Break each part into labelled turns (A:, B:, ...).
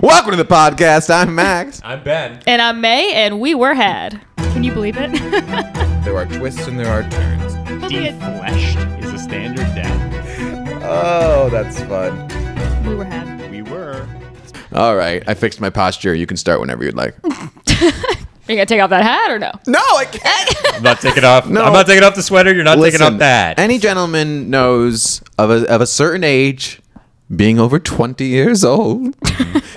A: Welcome to the podcast. I'm Max.
B: I'm Ben.
C: And I'm May, and we were had.
D: Can you believe it?
A: there are twists and there are turns.
E: Defleshed is a standard death.
A: Oh, that's fun.
D: we were had.
E: We were.
A: All right, I fixed my posture. You can start whenever you'd like.
C: Are you gonna take off that hat or no?
A: No, I can't.
B: I'm not taking off.
A: No.
B: I'm not taking off the sweater. You're not taking
A: Listen,
B: off that.
A: Any gentleman knows of a, of a certain age, being over 20 years old.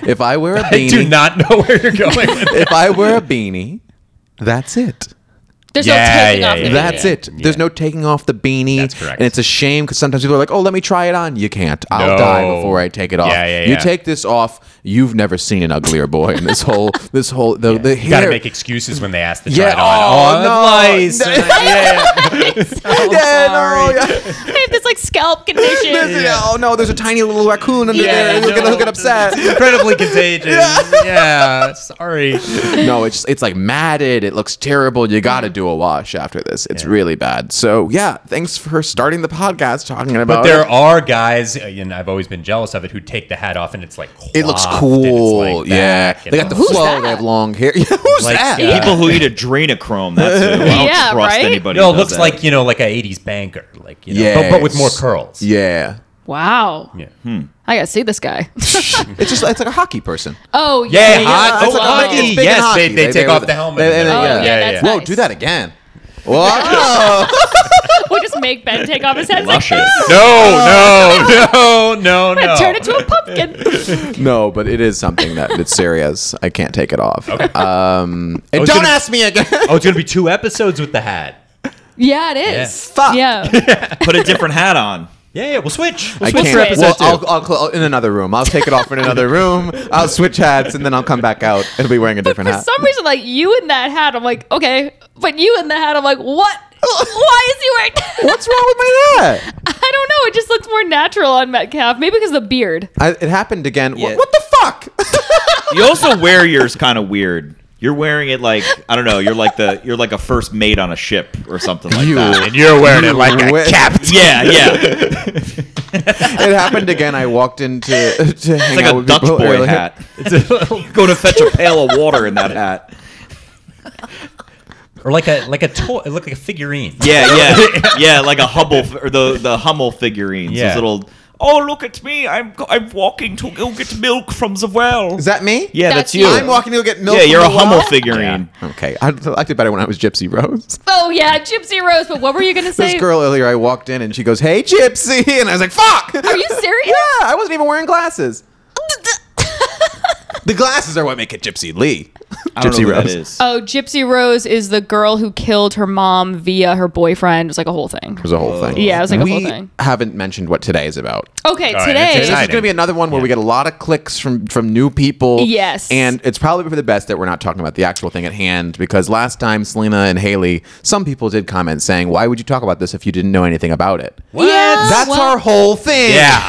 A: if I wear a
B: I
A: beanie,
B: do not know where you're going. With that.
A: if I wear a beanie, that's it.
C: There's
B: Yeah,
C: no taking
B: yeah,
C: off
B: yeah,
C: the
B: yeah.
A: That's it. There's no taking off the beanie.
B: That's correct.
A: And it's a shame because sometimes people are like, "Oh, let me try it on." You can't. I'll
B: No.
A: die before I take it off.
B: Yeah, yeah,
A: You
B: yeah.
A: take this off, you've never seen an uglier boy. And this whole, this whole, the, the
B: You gotta
A: hair-
B: make excuses when they ask to
A: Yeah,
B: try it
A: oh,
B: on.
A: no.
B: nice.
A: No.
B: Yeah. "Oh,
A: Yeah, no, yeah.
C: I have this like scalp condition.
A: There's- yeah, Oh no, there's a tiny little raccoon under
C: Yeah,
A: there. He's
B: no.
A: gonna look upset.
B: It's incredibly contagious. yeah. Sorry.
A: no, it's it's like matted. It looks terrible. You
B: Mm.
A: got to do a wash after this. It's really bad. So yeah, thanks for starting the podcast talking about.
B: But there
A: it.
B: are guys, uh, and I've always been jealous of it, who take the hat off and it's like
A: It looks
B: coiffed and it's,
A: cool.
B: like,
A: yeah,
B: back and
A: they got the
B: all-
C: Who's
A: flow.
C: that?
A: They have long hair. Yeah, who's
B: Like,
A: that?
B: uh,
F: People who eat adrenochrome, that's who. I don't
C: Yeah,
F: trust
C: right?
F: anybody.
B: No,
F: who
B: it
F: does
B: looks
F: that.
B: like you know, like a '80s banker, like you know,
A: Yes.
B: but, but with more curls.
A: Yeah,
C: Wow.
B: Yeah.
C: I gotta see this guy.
A: it's just it's like a hockey person.
C: oh yeah.
B: Yeah, hot.
A: That's
B: Oh,
A: like a
B: hockey.
A: big- it's big in
B: Yes,
A: hockey.
B: They, they, take off the helmet.
A: they- they-
B: and
A: yeah.
B: then-
C: Oh, yeah,
B: yeah,
C: that's
B: yeah.
A: Whoa,
C: nice.
A: do that again. Whoa.
C: We'll just make Ben take off his head. Like,
F: Luscious.
B: No, no, no, no, no.
C: and turn into a pumpkin.
A: no, but it is something that it's serious. I can't take it off. Okay. Um, and
B: was
A: don't
B: gonna-
A: ask me again.
B: Oh, it's gonna be two episodes with the hat.
C: yeah, it is.
A: Fuck.
C: Yeah.
F: put a different hat on.
B: Yeah, yeah, we'll switch. We'll
A: I
B: switch
A: can't.
B: for
C: episode
A: well, I'll,
B: two.
A: I'll cl- in another room. I'll take it off in another room. I'll switch hats and then I'll come back out and be wearing a different
C: For
A: hat.
C: some reason, like you in that hat, I'm like, okay. But you in the hat, I'm like, what? Why is he wearing that?
A: What's wrong with my hat?
C: I don't know. It just looks more natural on Metcalf. Maybe because of the beard.
A: I, it happened again. Wh-
F: Yeah.
A: What, the fuck?
F: You also wear yours kind of weird. You're wearing it like I don't know. You're like the you're like a first mate on a ship or something like
A: You-
F: that.
B: And you're wearing it like
A: Wh-
B: a cap.
F: Yeah, yeah.
A: it happened again. I walked into to hang
F: It's like
A: out
F: a
A: with
F: Dutch
A: people
F: boy
A: earlier.
F: hat. Go to fetch a pail of water in that hat.
B: or like a like a toy. It looked like a figurine.
F: Yeah, yeah, yeah. Like a Hubble f- or the the Hummel figurines.
B: Yeah.
F: Those little. Oh look at me! I'm I'm walking to go get milk from the well.
A: Is that me?
F: yeah,
C: That's
F: that's,
C: you.
F: you.
A: I'm walking to get milk.
F: yeah,
A: from
F: you're
A: the
F: a Hummel
A: well?
F: figurine.
A: Okay, I liked it better when I was Gypsy Rose.
C: Oh yeah, Gypsy Rose. But what were you gonna say?
A: This girl earlier, I walked in and she goes, "Hey, Gypsy," and I was like, "Fuck."
C: Are you serious?
A: Yeah, I wasn't even wearing glasses. the glasses are what make it Gypsy Lee.
F: I don't
A: Gypsy
F: know who
A: Rose.
F: that is.
C: Oh, Gypsy Rose is the girl who killed her mom via her boyfriend. It was like a whole thing.
A: was a
F: Oh.
A: whole thing.
C: Yeah, it was like a
A: we
C: whole thing.
A: haven't mentioned what today is about.
C: Okay,
B: All right,
C: today.
B: it's
A: This is
B: exciting.
A: going to be another one where we get a lot of clicks from from new people.
C: Yes.
A: and it's probably for the best that we're not talking about the actual thing at hand because last time Selena and Haley, some people did comment saying, "Why would you talk about this if you didn't know anything about it?"
B: What?
C: Yeah.
A: That's
C: Well-
A: our whole thing.
B: Yeah.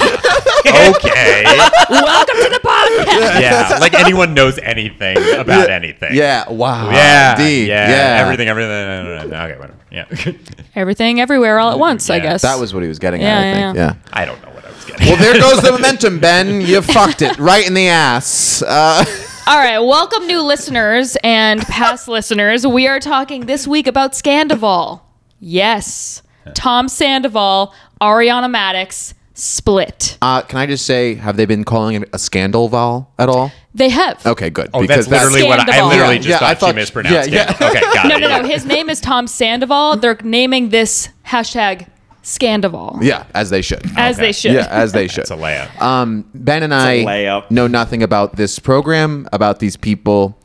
B: okay.
C: Welcome to the podcast.
B: Yeah. Like anyone knows anything about anything.
A: Yeah. Wow.
B: Yeah.
A: Indeed.
B: Yeah.
A: Yeah.
B: Everything. Everything. no, no, no, no, Okay. Whatever. Yeah.
C: Everything, everywhere, all at once. I
B: Yeah.
C: guess
A: That was what he was getting
C: Yeah,
A: at. I
C: yeah,
A: think.
C: yeah.
A: Yeah.
B: I don't know what I was getting.
A: Well, there goes the momentum, Ben. You fucked it right in the ass. Uh,
C: all right. Welcome, new listeners and past listeners. We are talking this week about Scandival. Yes, Tom Sandoval, Ariana Maddox, split.
A: uh, can I just say, have they been calling it a scandal, Val, at all?
C: They have.
A: Okay, good.
B: Oh, that's literally what I, I
C: Scandival.
B: literally
C: Yeah,
B: just
A: yeah,
B: thought,
A: I thought-
B: she mispronounced
A: yeah,
B: it. Okay, got
C: No,
B: it.
C: no, no.
B: yeah.
C: His name is Tom Sandoval. They're naming this hashtag Scandival.
A: Yeah, as they should.
C: As
B: Okay.
C: they should.
A: Yeah, as they should.
B: It's a layout.
A: Um, ben and
F: a
A: I
F: layup.
A: know nothing about this program, about these people,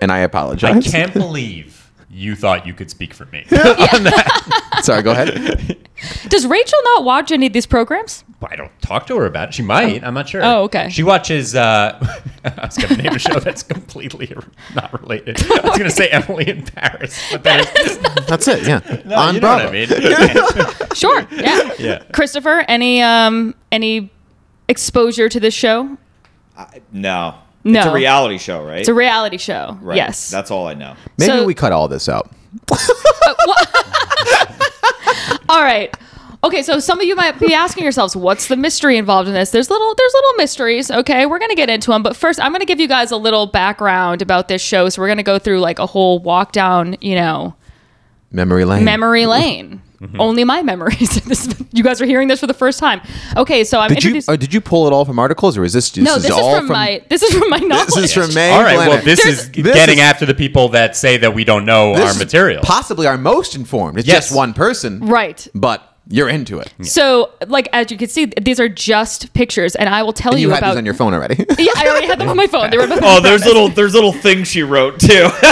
A: and I
B: I
A: apologize.
B: can't believe you thought you could speak for me.
A: Sorry, go ahead.
C: Does Rachel not watch any of these programs?
B: But I don't talk to her about it. She might. I'm not sure.
C: Oh, okay.
B: She watches. Uh, I was going to name a show that's completely not related. I was going to say Emily in Paris, but that is
A: That's it. Yeah.
B: no, you know what I mean.
C: Sure. Yeah.
B: Yeah.
C: Christopher, any um any exposure to this show?
F: No.
C: No.
F: It's a reality show, right?
C: It's a reality show.
F: right.
C: Yes.
F: That's all I know.
A: Maybe
C: So-
A: we cut all this out.
C: All right. Okay, so some of you might be asking yourselves, what's the mystery involved in this? There's little there's little mysteries, okay? We're going to get into them, but first I'm going to give you guys a little background about this show. So we're going to go through like a whole walk down, you know,
A: Memory lane.
C: memory lane. Only my memories. this, you guys are hearing this for the first time. Okay, so I'm
A: Did you
C: introducing
A: uh, did you pull it all from articles or is this?
C: No, this is,
A: all
C: from my this is from my knowledge.
A: This is from May.
B: All right. Well,
A: Planet.
B: this
C: There's-
B: is
A: This
B: getting
A: is-
B: after the people that say that we don't know
A: This
B: our
A: is
B: material.
A: Possibly our most informed. It's
B: Yes.
A: just one person.
C: right.
A: But you're into it.
C: So, like as you can see, these are just pictures, and I will tell
A: And
C: you,
A: you had
C: about.
A: these on your phone already.
C: yeah, I already had them on my phone. They were about
F: Oh, there's little there's little things she wrote too.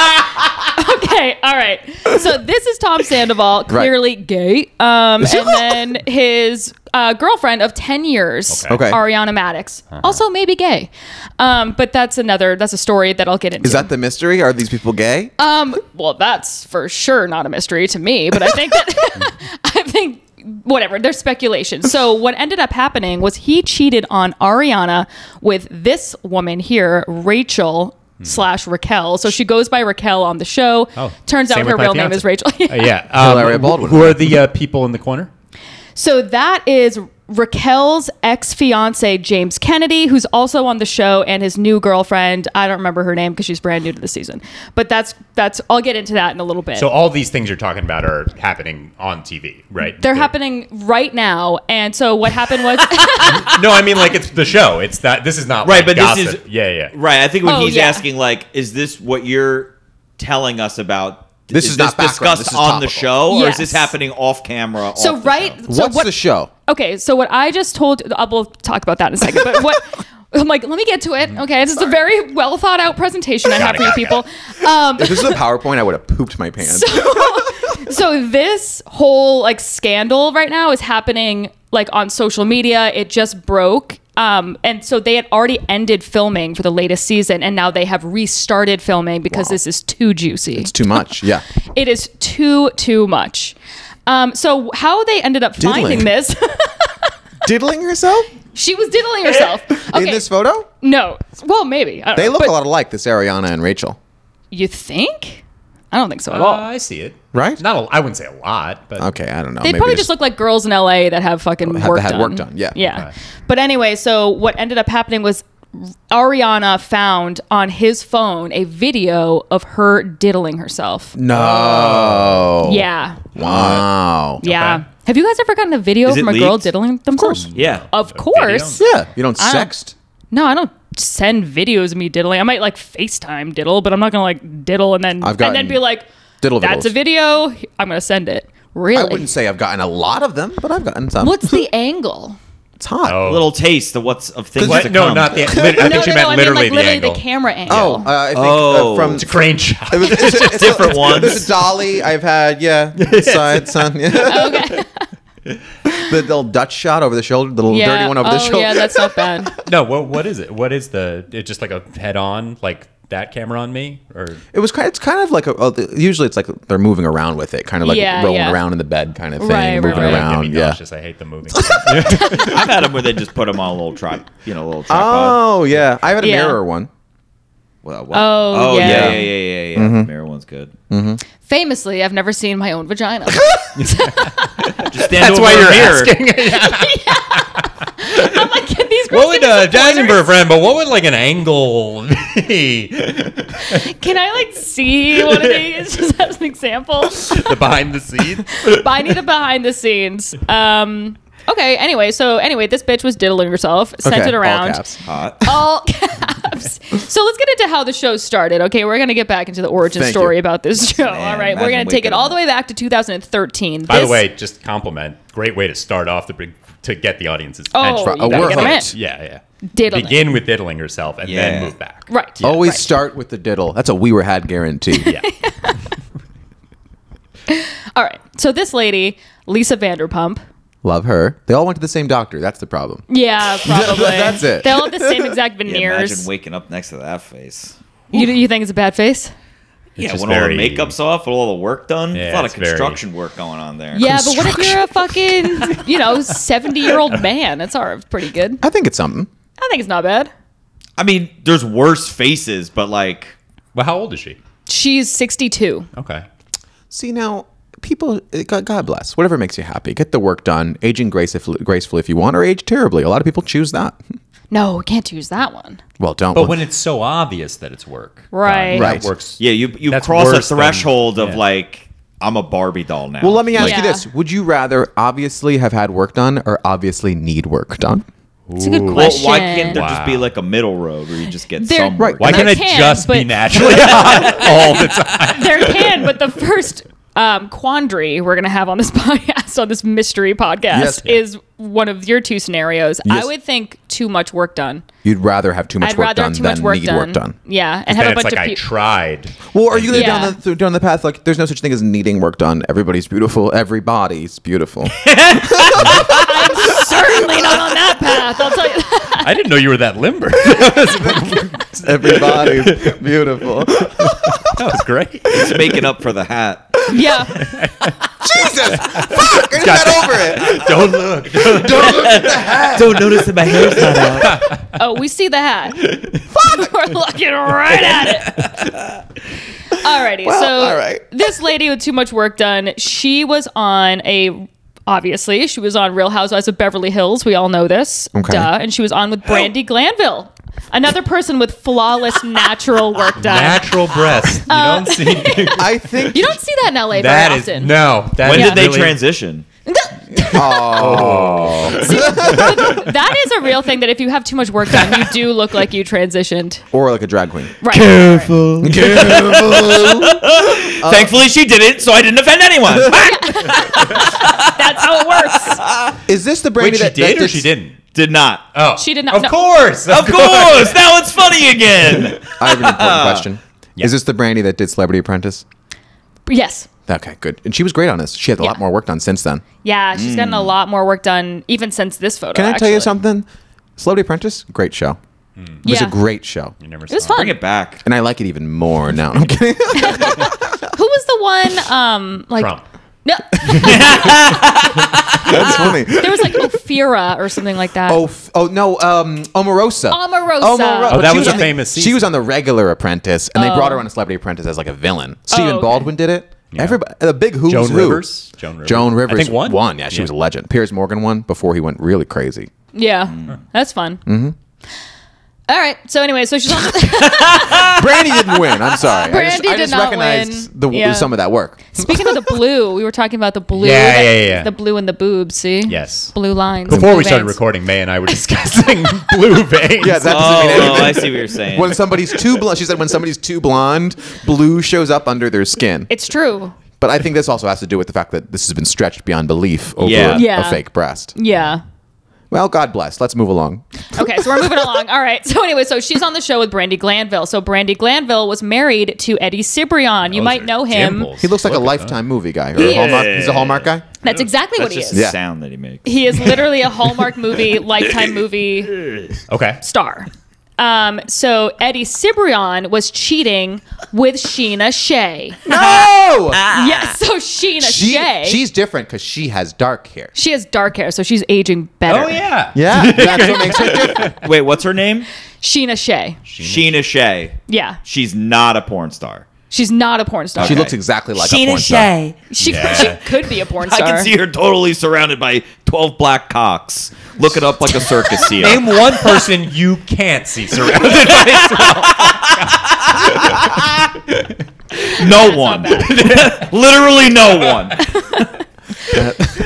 C: okay, all right. So this is Tom Sandoval, clearly gay. Um, and then his uh, girlfriend of ten years,
B: Okay.
A: Okay. Uh-huh.
C: Ariana Maddox, also maybe gay. Um, but that's another that's a story that I'll get into.
A: Is that the mystery? Are these people gay?
C: um, well, that's for sure not a mystery to me, but I think that I think whatever there's speculation. So what ended up happening was he cheated on Ariana with this woman here, Rachel. Slash Raquel, so she goes by Raquel on the show.
B: Oh,
C: Turns out
B: same
C: her
B: with my
C: real name
B: fiancé.
C: is Rachel.
B: Uh, yeah. Um,
A: Hilaria Baldwin.
B: Who are the uh, people in the corner?
C: So that is Raquel's ex fiance, James Kennedy, who's also on the show, and his new girlfriend. I don't remember her name because she's brand new to the season. But that's, that's, I'll get into that in a little bit.
B: So all these things you're talking about are happening on TV, right?
C: they're happening right now. And so what happened was,
B: No, I mean like it's the show. It's that. This is not
F: Right,
B: like,
F: but this
B: gossip.
F: is-
B: yeah, yeah.
F: right. I think when
C: Oh,
F: he's
C: yeah.
F: asking like, is this what you're telling us about?
A: This is not background,
F: discussed
A: this is
F: on the
A: topical.
F: show, or is this
C: Yes.
F: happening off camera?
C: so
F: off the
C: right.
F: show?
C: so
A: What's
C: what,
A: the show?
C: Okay, so what I just told, I will talk about that in a second. But what I'm like, let me get to it. Okay, this is a very well thought out presentation I have
B: it,
C: for you
B: got it,
C: people. Um,
A: If this was a PowerPoint, I would have pooped my pants.
C: so this whole like scandal right now is happening like on social media. It just broke. Um, and so they had already ended filming for the latest season, and now they have restarted filming because
A: Wow.
C: this is too juicy.
A: it's too much. Yeah.
C: It is too too much. Um, so how they ended up finding
A: Diddling.
C: this?
A: Diddling herself
C: she was diddling herself. Okay,
A: in this photo?
C: no, well maybe I don't
A: They
C: know.
A: look
C: But
A: a lot alike, this Ariana and Rachel.
C: You think? I don't think so at
B: Uh,
C: all.
B: I see it.
A: Right?
B: Not. A, I wouldn't say a lot, but
A: Okay, I don't know.
C: They probably just look like girls in LA that have fucking
A: Have-
C: work
A: had
C: done.
A: work done, yeah.
C: Yeah.
B: Okay.
C: But anyway, so what ended up happening was Ariana found on his phone a video of her diddling herself.
A: No.
C: Yeah.
A: Wow.
C: Yeah.
B: Okay.
C: Have you guys ever gotten a video
F: Is it
C: from a girl
F: leaked?
C: diddling themselves?
F: Yeah.
C: Of course.
A: Yeah. You don't
C: I don't-
A: sext.
C: No, I don't send videos of me diddling. I might like FaceTime diddle, but I'm not gonna like diddle and then
A: I've gotten
C: and then be like,
A: diddle
C: that's
A: viddles.
C: a video. I'm gonna send it.
A: I
C: Really?
A: wouldn't say I've gotten a lot of them, but I've gotten some.
C: What's the angle?
A: It's hot.
B: Oh.
F: A little taste of what's of things
B: What?
F: to
B: No,
F: come.
B: not the. Lit- I think she meant
C: I mean,
B: literally,
C: like, literally
B: the angle.
C: camera angle.
A: Oh, uh, I think
F: Oh.
A: uh, from
B: it's a crane shot.
A: it was, it's, a- it's a
F: different ones.
A: There's a dolly I've had. Yeah, side son. Yeah.
C: okay.
A: the little Dutch shot over the shoulder, the little dirty one over
C: oh,
A: the shoulder.
C: yeah, that's not bad.
B: No, what what is it? What is the? It just like a head on, like that camera on me, or
A: It was kind. It's kind of like a. uh, Usually, it's like they're moving around with it, kind of like
C: Yeah,
A: rolling
C: yeah.
A: around in the bed, kind of thing,
C: Right, right,
A: moving
C: right.
B: Give me
A: around. Yeah.
B: nauseous. I hate the moving.
F: I've had them where they just put them on a little tripod, you know, a little tripod.
A: Oh yeah, I had a
C: Yeah.
A: mirror one.
F: Well,
C: Oh,
F: oh yeah,
C: yeah.
F: yeah, yeah, yeah, yeah.
A: Mm-hmm.
F: Mirror one's good.
C: Famously, I've never seen my own vagina.
F: Just stand over a mirror.
C: I'm like, can these girls
B: what would
C: give me
B: uh,
C: some pointers?
B: Jasmine for a friend? But what would like an angle? be?
C: Can I like see one of these just as an example?
B: the behind the scenes.
C: But I need a behind the scenes. Um. Okay. Anyway, so anyway, this bitch was diddling herself, Oh, sent
A: Okay,
C: it
A: all
C: around.
A: caps.
F: Hot.
C: All caps. so let's get into how the show started. Okay, we're gonna get back into the origin
A: Thank
C: story
A: you.
C: about this show. all right, we're
F: imagine
C: gonna take it
F: waking
C: all
F: up.
C: the way back to 2013.
B: By the
C: This-
B: way, just compliment. Great way to start off the big to get the audience's
C: oh,
B: attention.
A: Oh,
C: you gotta
A: we're
C: get 'em in.
A: hooked.
B: Yeah, yeah.
C: Diddling.
B: Begin with diddling herself and
F: Yeah.
B: then move back.
C: Right.
A: Always
C: Right.
A: start with the diddle. That's a we were had guarantee.
B: Yeah.
C: All right. So this lady, Lisa Vanderpump.
A: Love her. They all went to the same doctor. That's the problem.
C: Yeah, probably.
A: That's it.
C: They all have the same exact
F: Yeah, imagine
C: veneers.
F: waking up next to that face.
C: you, you think it's a bad face?
F: Yeah,
B: just
F: when all the
B: very-
F: makeup's off, with all the work done,
B: Yeah,
F: There's a lot of
B: it's very-
F: construction work going on there.
C: Yeah, but what if you're a fucking, you know, 70 year old man? That's all right, pretty good.
A: I think it's something.
C: I think it's not bad.
F: I mean, there's worse faces, but like,
B: Well, how old is she?
C: She's 62.
B: Okay.
A: See now, people, eh, God God bless, whatever makes you happy. Get the work done. Aging grace if, gracefully if you want, or age terribly. A lot of people choose that.
C: No, we can't use that one.
A: Well, don't.
B: But when it's so obvious that it's work,
C: Right.
B: Don,
A: Right.
B: That works.
F: Yeah, you you
B: That's
F: cross a
B: worse than-
F: threshold of
B: yeah.
F: like I'm a Barbie doll now.
A: well, let me ask
C: Yeah.
A: you this: Would you rather obviously have had work done, or obviously need work done?
C: It's a good
F: Well,
C: question.
F: why can't there just
B: Wow.
F: be like a middle road where you just get
C: There-
F: some
A: Right.
F: work?
B: Why
C: And
B: can't
C: I
B: it
C: can,
B: just be
C: but-
B: naturally on all the time?
C: there can, but the first um, quandary we're going to have on this podcast, on this mystery podcast,
A: Yes.
C: is one of your two scenarios.
A: Yes.
C: I would think too much work done.
A: You'd rather have too much
C: I'd
A: work
C: rather
A: done
C: have too much
A: than
C: work
A: need
C: done.
A: work done.
C: Yeah, and
B: Then
C: have a
B: it's
C: bunch
B: like I
C: of people.
B: tried.
A: Well, are you going to
C: Yeah.
A: down the down the path like there's no such thing as needing work done? Everybody's beautiful. Everybody's beautiful.
C: Certainly not on that path. I'll tell you.
B: I didn't know you were that limber.
A: Everybody's beautiful.
B: That was great.
F: It's making up for the hat.
C: yeah,
A: Jesus, fuck! I just got over it.
B: Don't look.
A: Don't look at the hat.
F: Don't notice that my hair's not out.
C: Oh, we see the hat. We're looking right at it. Alrighty. so
A: all right.
C: this lady with too much work done, she was on a obviously she was on Real Housewives of Beverly Hills. We all know this.
A: Okay.
C: Duh. And she was on with Brandy Glanville. Another person with flawless natural work done.
B: Natural breasts. You don't see.
A: I think
C: you don't see that in LA
B: That
C: Uh, very
B: is
C: often.
B: no. that
F: When
B: is
F: did they
B: really-
F: transition?
C: that is a real thing that if you have too much work done, you do look like you transitioned.
A: or like a drag queen.
C: Right. Right.
A: Uh,
F: Thankfully, she did it, so I didn't offend anyone. Ah!
C: That's how Oh, it works.
A: Is this the
B: Wait,
A: Brandy
B: she
A: that,
B: did
A: that
B: or she didn't?
F: did not.
B: Oh,
C: She did not-
B: Of
C: no.
B: course,
F: of course, now it's funny again.
A: I have an important question.
B: Ah. Yeah.
A: Is this the Brandy that did Celebrity Apprentice?
C: Yes.
A: Okay, good. And she was great on this. She had a lot
C: Yeah.
A: more work done since then.
B: Uh,
C: Yeah, she's gotten
B: Mm.
C: a lot more work done even since this photo.
A: Can I tell you
C: actually.
A: something? Celebrity Apprentice, great show. It was
C: Yeah.
A: a great show,
B: You never
C: It was
B: saw
C: fun.
F: Bring it back.
A: and I like it even more now. I'm kidding.
C: Who was the one? Um, like
B: Trump.
C: no,
A: That's funny.
C: there was like Ophira or something like that.
A: Oh, f- oh no, um, Omarosa.
C: Omarosa. Oh,
A: but
B: that
A: she
B: was a
A: on
B: famous
A: The, she
B: season.
A: was on the regular Apprentice, and they brought her on a Celebrity Apprentice as like a villain. Stephen
C: Oh, okay.
A: Baldwin did it. Everybody, the big who's
B: Joan
A: who.
B: Rivers? Joan Rivers.
A: Joan Rivers.
B: I think won.
A: Yeah, she
B: Yeah.
A: was a legend. Piers Morgan won before he went really crazy.
C: Yeah,
B: Mm.
C: that's fun. Mm-hmm. right. So anyway, so she's on.
A: Brandy didn't win. I'm sorry. I just,
C: Brandy
A: I
C: did
A: just
C: not
A: recognized
C: win.
A: the
C: Yeah.
A: some of that work.
C: speaking of the blue, we were talking about the blue.
B: Yeah,
C: that-
B: yeah, yeah.
C: The blue and the boobs. See.
B: Yes.
C: Blue lines.
B: Before
C: blue
B: we started
C: veins.
B: recording, May and I were discussing blue veins.
A: Yeah, that doesn't
F: Oh,
A: mean
F: oh,
A: anything.
F: I see what you're saying.
A: When somebody's too blonde, she said, when somebody's too blonde, blue shows up under their skin.
C: It's true.
A: But I think this also has to do with the fact that this has been stretched beyond belief over
F: Yeah.
A: a-
C: Yeah.
A: a fake breast.
C: Yeah.
A: Well, God bless. Let's move along.
C: Okay, so we're moving along. All right. So anyway, so she's on the show with Brandy Glanville. So Brandy Glanville was married to Eddie Cibrian. You
B: Those
C: might
B: are
C: know him.
B: dimples.
A: He looks like a
B: Look at
A: lifetime movie guy. Or
C: He
A: a
C: is.
A: Hallmark. He's a Hallmark guy.
C: That's exactly
F: That's
C: what he
F: just
C: is.
F: the
A: Yeah.
F: sound that he makes.
C: He is literally a Hallmark movie, lifetime movie
B: that. Okay.
C: star. Um, so Eddie Cibrian was cheating with Sheena Shea.
A: No!
F: Ah.
C: Yes, so Sheena
A: She,
C: Shea.
A: she's different because she has dark hair.
C: she has dark hair, so she's aging better.
B: Oh yeah.
A: Yeah, that's what makes her different.
F: Wait, what's her name?
C: Sheena Shea.
F: Sheena Shea.
C: Yeah.
F: She's not a porn star.
C: She's not a porn star.
A: She
F: Okay.
A: looks exactly like a porn star.
C: She,
B: Yeah.
C: she could be a porn star.
F: I can see her totally surrounded by 12 black cocks looking up like a circus seal.
B: Name one person you can't see surrounded by.
F: no one. Literally no one.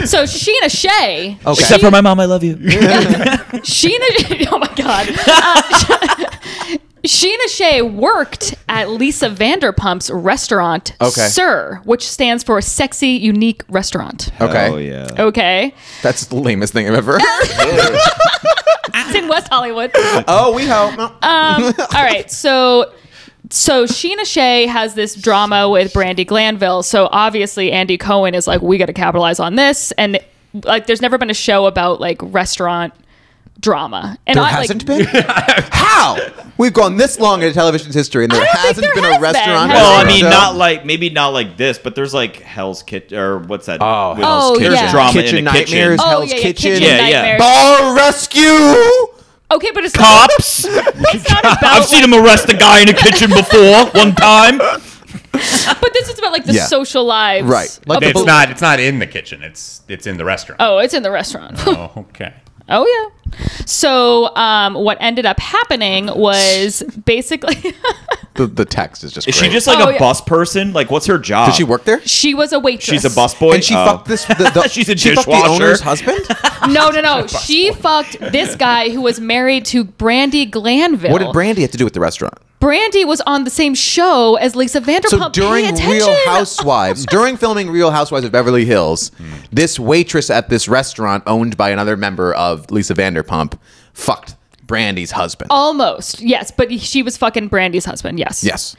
C: So Sheena Shea.
A: Okay.
C: Except for
F: my mom, I love you.
C: Sheena. Oh my God. Uh, Sheena Shea worked at Lisa Vanderpump's restaurant,
A: Okay.
C: Sir, which stands for Sexy Unique Restaurant.
A: Okay.
F: Oh, yeah.
C: Okay.
A: That's the lamest thing I've ever heard.
C: It's in West Hollywood.
A: oh, we hope. No.
C: All right. So so Sheena Shea has this drama with Brandy Glanville. So obviously Andy Cohen is like, we gotta capitalize on this. And like there's never been a show about like restaurant drama. And
A: there
C: I like
A: hasn't been? How? We've gone this long in television's history and there
C: I don't think
A: hasn't
C: there
A: been
C: has
A: a restaurant.
C: been.
F: Well, I
C: Yeah.
F: mean,
A: show.
F: not like maybe not like this, but there's like Hell's Kitchen or what's that?
A: Oh,
F: with-
C: Hell's Kitchen.
F: There's
C: Yeah.
F: drama
A: Kitchen
F: in a kitchen.
A: Nightmares.
C: Oh
A: Hell's
C: yeah, yeah,
A: Kitchen.
C: kitchen,
F: Yeah, yeah.
C: nightmares.
A: Bar rescue!
C: Okay, but it's
F: Cops.
C: It's not about
F: I've seen him arrest a guy in a kitchen before one time.
C: but this is about like the
A: Yeah.
C: social lives.
A: Right. Like
C: of
A: the
B: It's
C: people-
B: not. It's not in the kitchen. It's it's in the restaurant.
C: Oh, it's in the restaurant.
B: Oh, okay.
C: Oh yeah. So um, what ended up happening was basically
A: The, the text is just.
F: Is she
A: great.
F: just like
C: Oh,
F: a
C: yeah.
F: bus person? Like, what's her job?
A: Did she work there?
C: she was a waitress.
F: She's a busboy.
A: and she
F: Oh.
A: fucked this. The, the,
F: She's a
A: she fucked the
F: dishwasher. Oh,
A: owner's husband.
C: No, no, no. she fucked this guy who was married to Brandy Glanville.
A: what did Brandy have to do with the restaurant?
C: Brandy was on the same show as Lisa Vanderpump.
A: So
C: Pay
A: during
C: attention.
A: Real Housewives, during filming Real Housewives of Beverly Hills, this waitress at this restaurant owned by another member of Lisa Vanderpump fucked Brandy's husband.
C: Oh. Almost, yes, but she was fucking Brandy's husband. Yes,
A: Yes.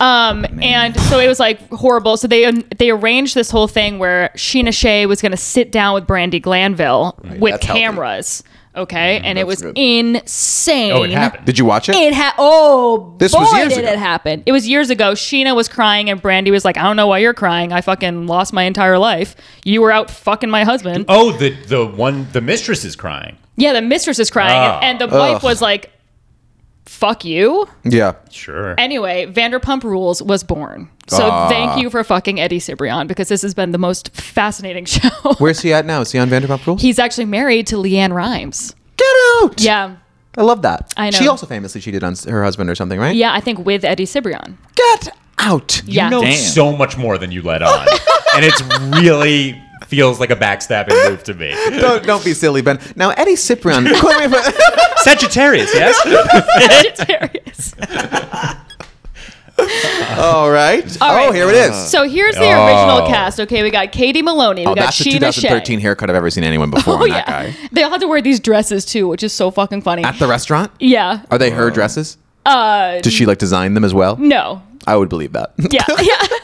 C: Um,
A: Oh,
C: and so it was like horrible. So they they arranged this whole thing where Sheena Shea was going to sit down with Brandy Glanville with
A: that's healthy. Mm-hmm,
C: cameras. Okay, and it was
A: good.
C: insane.
B: Oh, it happened.
A: Did you watch it?
C: It ha- oh
A: This
C: boy,
A: was years
C: did
A: ago.
C: it happen. It was years ago. Sheena was crying and Brandy was like, I don't know why you're crying. I fucking lost my entire life. You were out fucking my husband.
B: Oh, the the one the mistress is crying.
C: Yeah, the mistress is crying.
B: Ah.
C: and the wife was like, Fuck you.
A: yeah.
B: Sure.
C: Anyway, Vanderpump Rules was born. So
A: Ah.
C: thank you for fucking Eddie Cibrian because this has been the most fascinating show.
A: Where's he at now? Is he on Vanderpump Rules?
C: He's actually married to Leanne Rhimes.
A: Get out.
C: Yeah.
A: I love that.
C: I know.
A: She also famously cheated on s- her husband or something, right?
C: Yeah, I think with Eddie Cibrian.
A: Get out.
C: Yeah.
B: You know
F: Damn.
B: so much more than you let on, and it's really feels like a backstabbing move to me.
A: Don't, don't be silly, Ben. Now, Eddie Ciprian.
B: Sagittarius, yes.
C: Sagittarius.
A: All right.
C: All
A: Oh,
C: right.
A: here it is.
C: So here's the original cast. Okay, we got Katie Maloney, we
A: Oh,
C: got
A: that's the
C: Sheena Shea.
A: 2013 haircut I've ever seen anyone before.
C: Oh
A: on
C: yeah,
A: that guy.
C: they all had to wear these dresses too, which is so fucking funny.
A: At the restaurant?
C: yeah.
A: Are they her dresses?
C: Uh,
A: Does she like design them as well?
C: no.
A: I would believe that.
C: Yeah, yeah.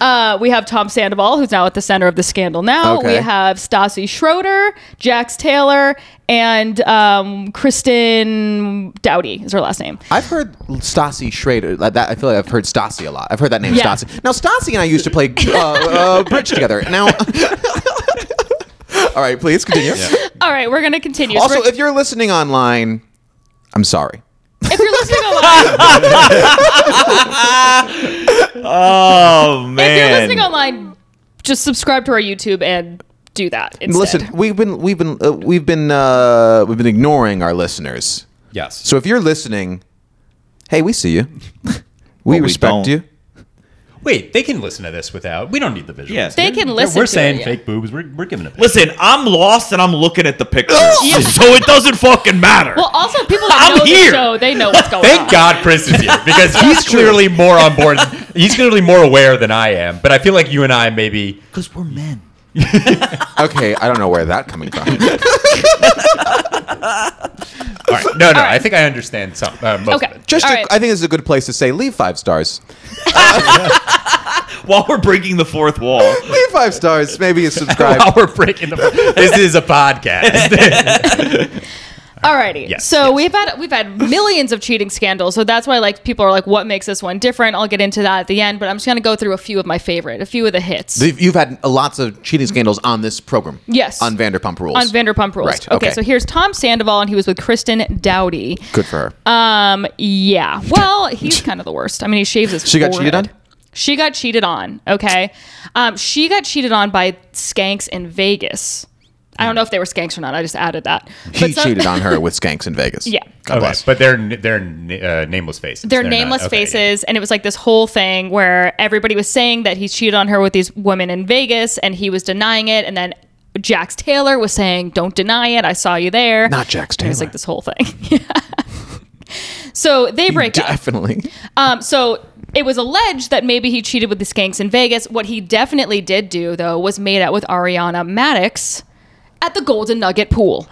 C: Uh, we have Tom Sandoval, who's now at the center of the scandal. Now
A: Okay.
C: we have Stassi Schroeder, Jax Taylor, and um, Kristen Dowdy is her last name.
A: I've heard Stassi Schrader. That, that- I feel like I've heard Stassi a lot. I've heard that name
C: Yeah.
A: Stassi. Now Stassi and I used to play uh, uh, bridge together. Now, all right, please continue.
C: All right, we're gonna continue. So
A: Also,
C: we're-
A: if you're listening online, I'm sorry.
C: if you're listening online,
F: Oh man.
C: if you're listening online, just subscribe to our YouTube and do that. Instead.
A: Listen, we've been we've been uh, we've been uh, we've been ignoring our listeners.
B: Yes.
A: So if you're listening, hey, we see you. we
F: we
A: respect
F: don't.
A: you.
B: wait, they can listen to this without. We don't need the visual.
F: Yes.
C: they can listen.
B: we're
C: to
B: saying
C: it, yeah.
B: fake boobs. We're, we're giving a picture.
F: Listen, I'm lost and I'm looking at the pictures, so it doesn't fucking matter.
C: Well, also people that
F: I'm
C: know
F: here.
C: the show, they know what's going on.
B: Thank God Chris is here because he's clearly more on board. He's clearly more aware than I am. But I feel like you and I maybe.
F: Because we're men.
A: Okay, I don't know where that coming from.
B: All right. No, no. I think I understand some. Uh, most
C: Okay.
B: Of it.
A: Just,
C: All
A: a-
C: right.
A: I think this is a good place to say leave five stars.
F: While we're breaking the fourth wall,
A: Leave five stars. Maybe you subscribe.
B: While we're breaking the. This is a podcast.
C: Alrighty.
B: Yes,
C: so
B: yes.
C: we've had we've had millions of cheating scandals. So that's why like people are like, what makes this one different? I'll get into that at the end, but I'm just gonna go through a few of my favorite, a few of the hits.
A: So You've you've had lots of cheating scandals on this program.
C: Yes.
A: On Vanderpump Rules.
C: on Vanderpump Rules.
A: Right, okay.
C: So here's Tom Sandoval, and he was with Kristen Dowdy.
A: Good for her.
C: Um. Yeah. Well, he's kind of the worst. I mean, he shaves his.
A: She got cheated
C: forehead.
A: on?
C: She got cheated on. Okay. Um. She got cheated on by skanks in Vegas. I don't know if they were skanks or not. I just added that.
A: he
C: But some-
A: cheated on her with skanks in Vegas.
C: Yeah.
A: God
B: okay,
A: bless.
B: but they're they're uh, nameless faces.
C: their
B: They're not-
C: nameless
B: okay, yeah.
C: faces and it was like this whole thing where everybody was saying that he cheated on her with these women in Vegas and he was denying it and then Jax Taylor was saying don't deny it I saw you there
A: Not Jax
C: it was
A: Taylor.
C: like this whole thing yeah so they break up
A: Definitely.
C: um so it was alleged that maybe he cheated with the skanks in Vegas what he definitely did do though was made out with Ariana Maddox at the Golden Nugget pool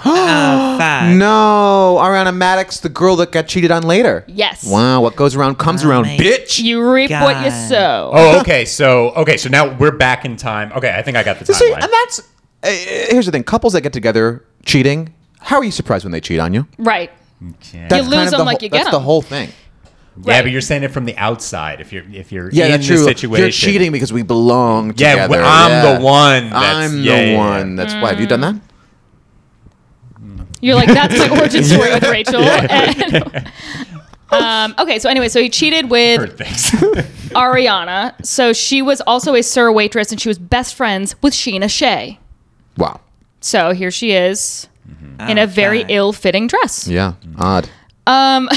A: No, Ariana Maddox, the girl that got cheated on later.
C: Yes.
A: Wow, what goes around comes around, bitch.
C: you reap what you sow
B: Oh, okay. So okay, so now we're back in time. Okay, I think I got the
A: See,
B: timeline.
A: and that's uh, here's the thing: couples that get together cheating. How are you surprised when they cheat on you?
C: right
B: yeah.
A: That's
C: lose
A: kind of
C: them
A: the
C: like
A: whole-
C: you get
A: That's the
C: them.
A: whole thing.
B: Yeah, but
C: right.
B: you're saying it from the outside. If you're if you're
A: Yeah,
B: in
A: that's
B: the
A: true.
B: situation,
A: You're cheating because we belong
B: Yeah,
A: together.
B: well, I'm the one that's-
A: I'm
B: yeah,
A: the
B: yeah, yeah.
A: one. That's why. Have you done that?
C: You're like, that's my origin story with Rachel. And Um, okay, so anyway, so he cheated with
B: Heard things.
C: Ariana. So she was also a Sir waitress, and she was best friends with Sheena Shea.
A: Wow.
C: So here she is in a very ill-fitting dress.
A: Yeah. Odd.
C: Um,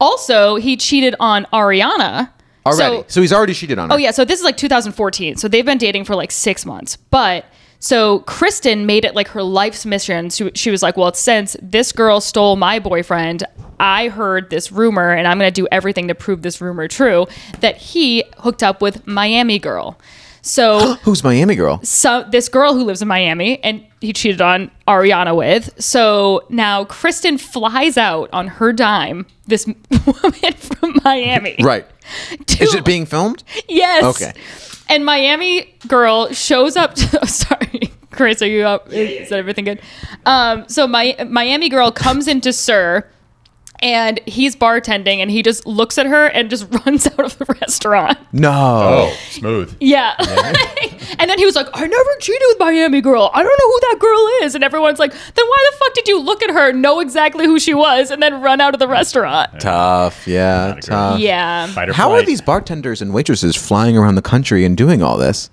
C: also, he cheated on Ariana.
A: Already. So,
C: So,
A: he's already cheated on her.
C: oh yeah, so this is like 2014. So they've been dating for like six months, but. So Kristen made it like her life's mission. She, she was like, "Well, since this girl stole my boyfriend, I heard this rumor, and I'm going to do everything to prove this rumor true that he hooked up with Miami girl." So
A: Who's Miami girl?
C: so this girl who lives in Miami and he cheated on Ariana with. So now Kristen flies out on her dime this woman from Miami.
A: Right.
C: to-
A: Is it being filmed?
C: Yes.
A: Okay.
C: And Miami girl shows up to oh, sorry. Chris, are you up? Is that everything good? Um, so my Miami girl comes into Sir and he's bartending and he just looks at her and just runs out of the restaurant.
A: No.
B: oh, smooth.
C: Yeah. and then he was like, I never cheated with Miami girl. I don't know who that girl is. And everyone's like, then why the fuck did you look at her, know exactly who she was, and then run out of the restaurant?
A: Tough. Yeah.
B: Not a girl.
A: Tough.
C: Yeah.
B: Fight or
A: How are
B: flight.
A: these bartenders and waitresses flying around the country and doing all this?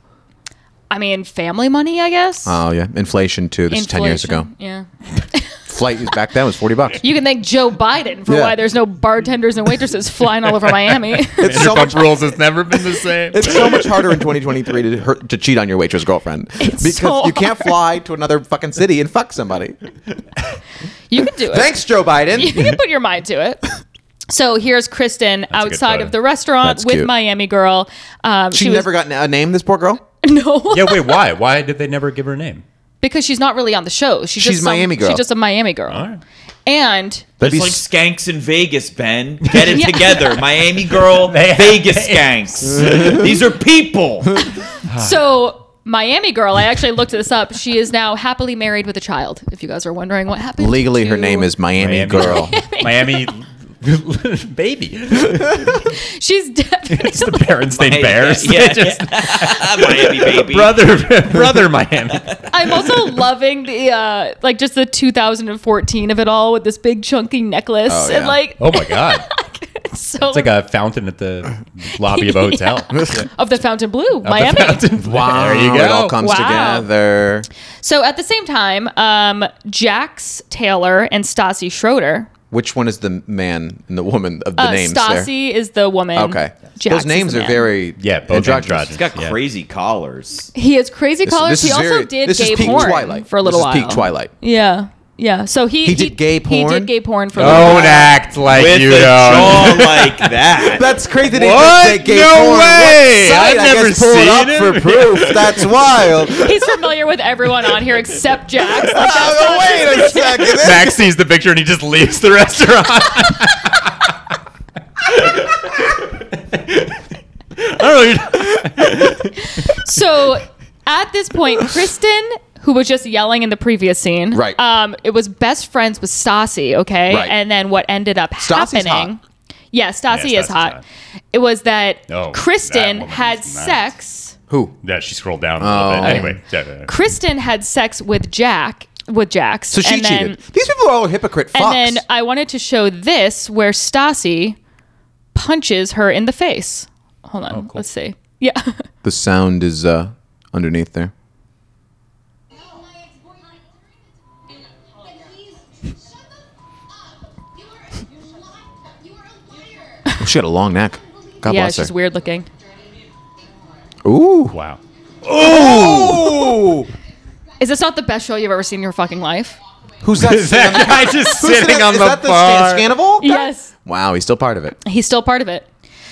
C: I mean, family money, I guess.
A: Oh yeah, inflation too. This is ten years ago.
C: Inflation. Yeah.
A: Flight is back then was forty bucks.
C: You can thank Joe Biden for
A: Yeah.
C: why there's no bartenders and waitresses flying all over Miami.
A: It's so much.
B: Vanderpump Rules has never been the same.
A: It's so much harder in 2023 to hurt, to cheat on your waitress girlfriend because
C: so
A: you can't fly to another fucking city and fuck somebody.
C: you can do it.
A: Thanks, Joe
C: you
A: Biden.
C: can put your mind to it. So here's Kristen
B: good
C: outside
B: photo.
C: of the restaurant
A: That's
C: with
A: cute.
C: Miami girl. Um,
A: She,
C: was-
A: never got a name. This poor girl.
C: no
B: yeah, wait, why? Why did they never give her a name?
C: because she's not really on the show.
A: She's
C: She's, just some-
A: Miami girl.
C: She's just a Miami girl.
B: All right.
C: And
A: That'd
F: It's
A: be
F: like
A: s-
F: skanks in Vegas, Ben. Get it
C: Yeah.
F: together. Miami girl,
B: They have
F: Vegas skanks. These are people.
C: so Miami girl, I actually looked this up. She is now happily married with a child. If you guys are wondering what happened,
A: legally her
C: to-
A: name is Miami, girl.
B: Miami baby.
C: She's definitely
B: It's the parents named
F: Hey,
B: Bears.
F: Yeah,
B: They just-
F: yeah. Miami baby.
B: Brother, brother Miami.
C: I'm also loving the uh, like just the 2014 of it all with this big chunky necklace
A: Oh,
C: and
A: yeah.
C: like
B: Oh my God.
C: it's so
B: It's like a fountain at the lobby of a hotel.
C: of the Fountain Blue,
B: The
C: Miami.
B: fountain.
A: Wow,
B: There you go.
A: Ah, It all comes
C: Wow.
A: together.
C: So at the same time, um, Jax Taylor and Stassi Schroeder.
A: Which one is the man and the woman of the
C: Uh,
A: names there?
C: Stassi is the woman.
A: Okay,
C: Jax
A: those
C: is
A: names
C: the
A: are
C: man.
A: very
B: Yeah, both
A: androgynous.
B: androgynous.
F: He's got
B: Yeah.
F: crazy collars.
C: He is crazy
A: This-
C: colors.
A: this
C: He
A: is
C: also
A: very-
C: did
A: this is
C: gay
A: peak
C: porn
A: Twilight.
C: for a little
A: This is
C: while.
A: peak Twilight.
C: Yeah, yeah. So he
A: He did Oh, gay
C: He
A: porn?
C: did gay porn for a little
B: Don't
C: while.
B: act like
F: With
B: you uh,
F: a
B: don't.
F: jaw like that.
A: That's crazy. They
B: What?
A: just say gay
B: No
A: porn. What
B: way!
A: site?
B: I've
A: I
B: never
A: guess pull it
B: seen
A: up
B: it.
A: for proof. That's wild.
C: He's familiar with everyone on here except Jax. Like, that's
A: Oh,
C: not-
A: wait a second.
B: Max sees the picture and he just leaves the restaurant. I don't know.
C: So at this point, Kristen, who was just yelling in the previous scene,
A: Right.
C: Um, it was best friends with Stassi, okay,
A: Right.
C: and then what ended up
A: Stassi's
C: happening?
A: hot.
C: Yeah, Stassi
B: Yeah,
C: is
B: Stassi's
C: hot.
B: hot.
C: It was that
B: Oh, that
C: Kristen
B: woman
C: had
B: was nuts.
C: sex.
A: Who?
B: Yeah, she scrolled down a
A: Oh.
B: little bit. Anyway, yeah, yeah, yeah.
C: Kristen had sex with Jack. With Jax,
A: So she
C: and then,
A: cheated. These people are all hypocrite fucks.
C: And then I wanted to show this where Stassi punches her in the face. Hold
B: Oh,
C: on, let's see. Yeah,
A: the sound is uh, underneath there. Oh, she had a long neck. God
C: yeah,
A: bless her.
C: she's weird looking.
A: Ooh.
B: wow.
A: Ooh.
C: Is this not the best show you've ever seen in your fucking life?
A: Who's that?
B: Is that guy just
A: Who's
B: sitting
A: that-
B: on
A: is
B: the
A: that
B: bar?
A: the Scan- Scandival? guy?
C: Yes.
A: Wow, he's still part of it.
C: He's still part of it.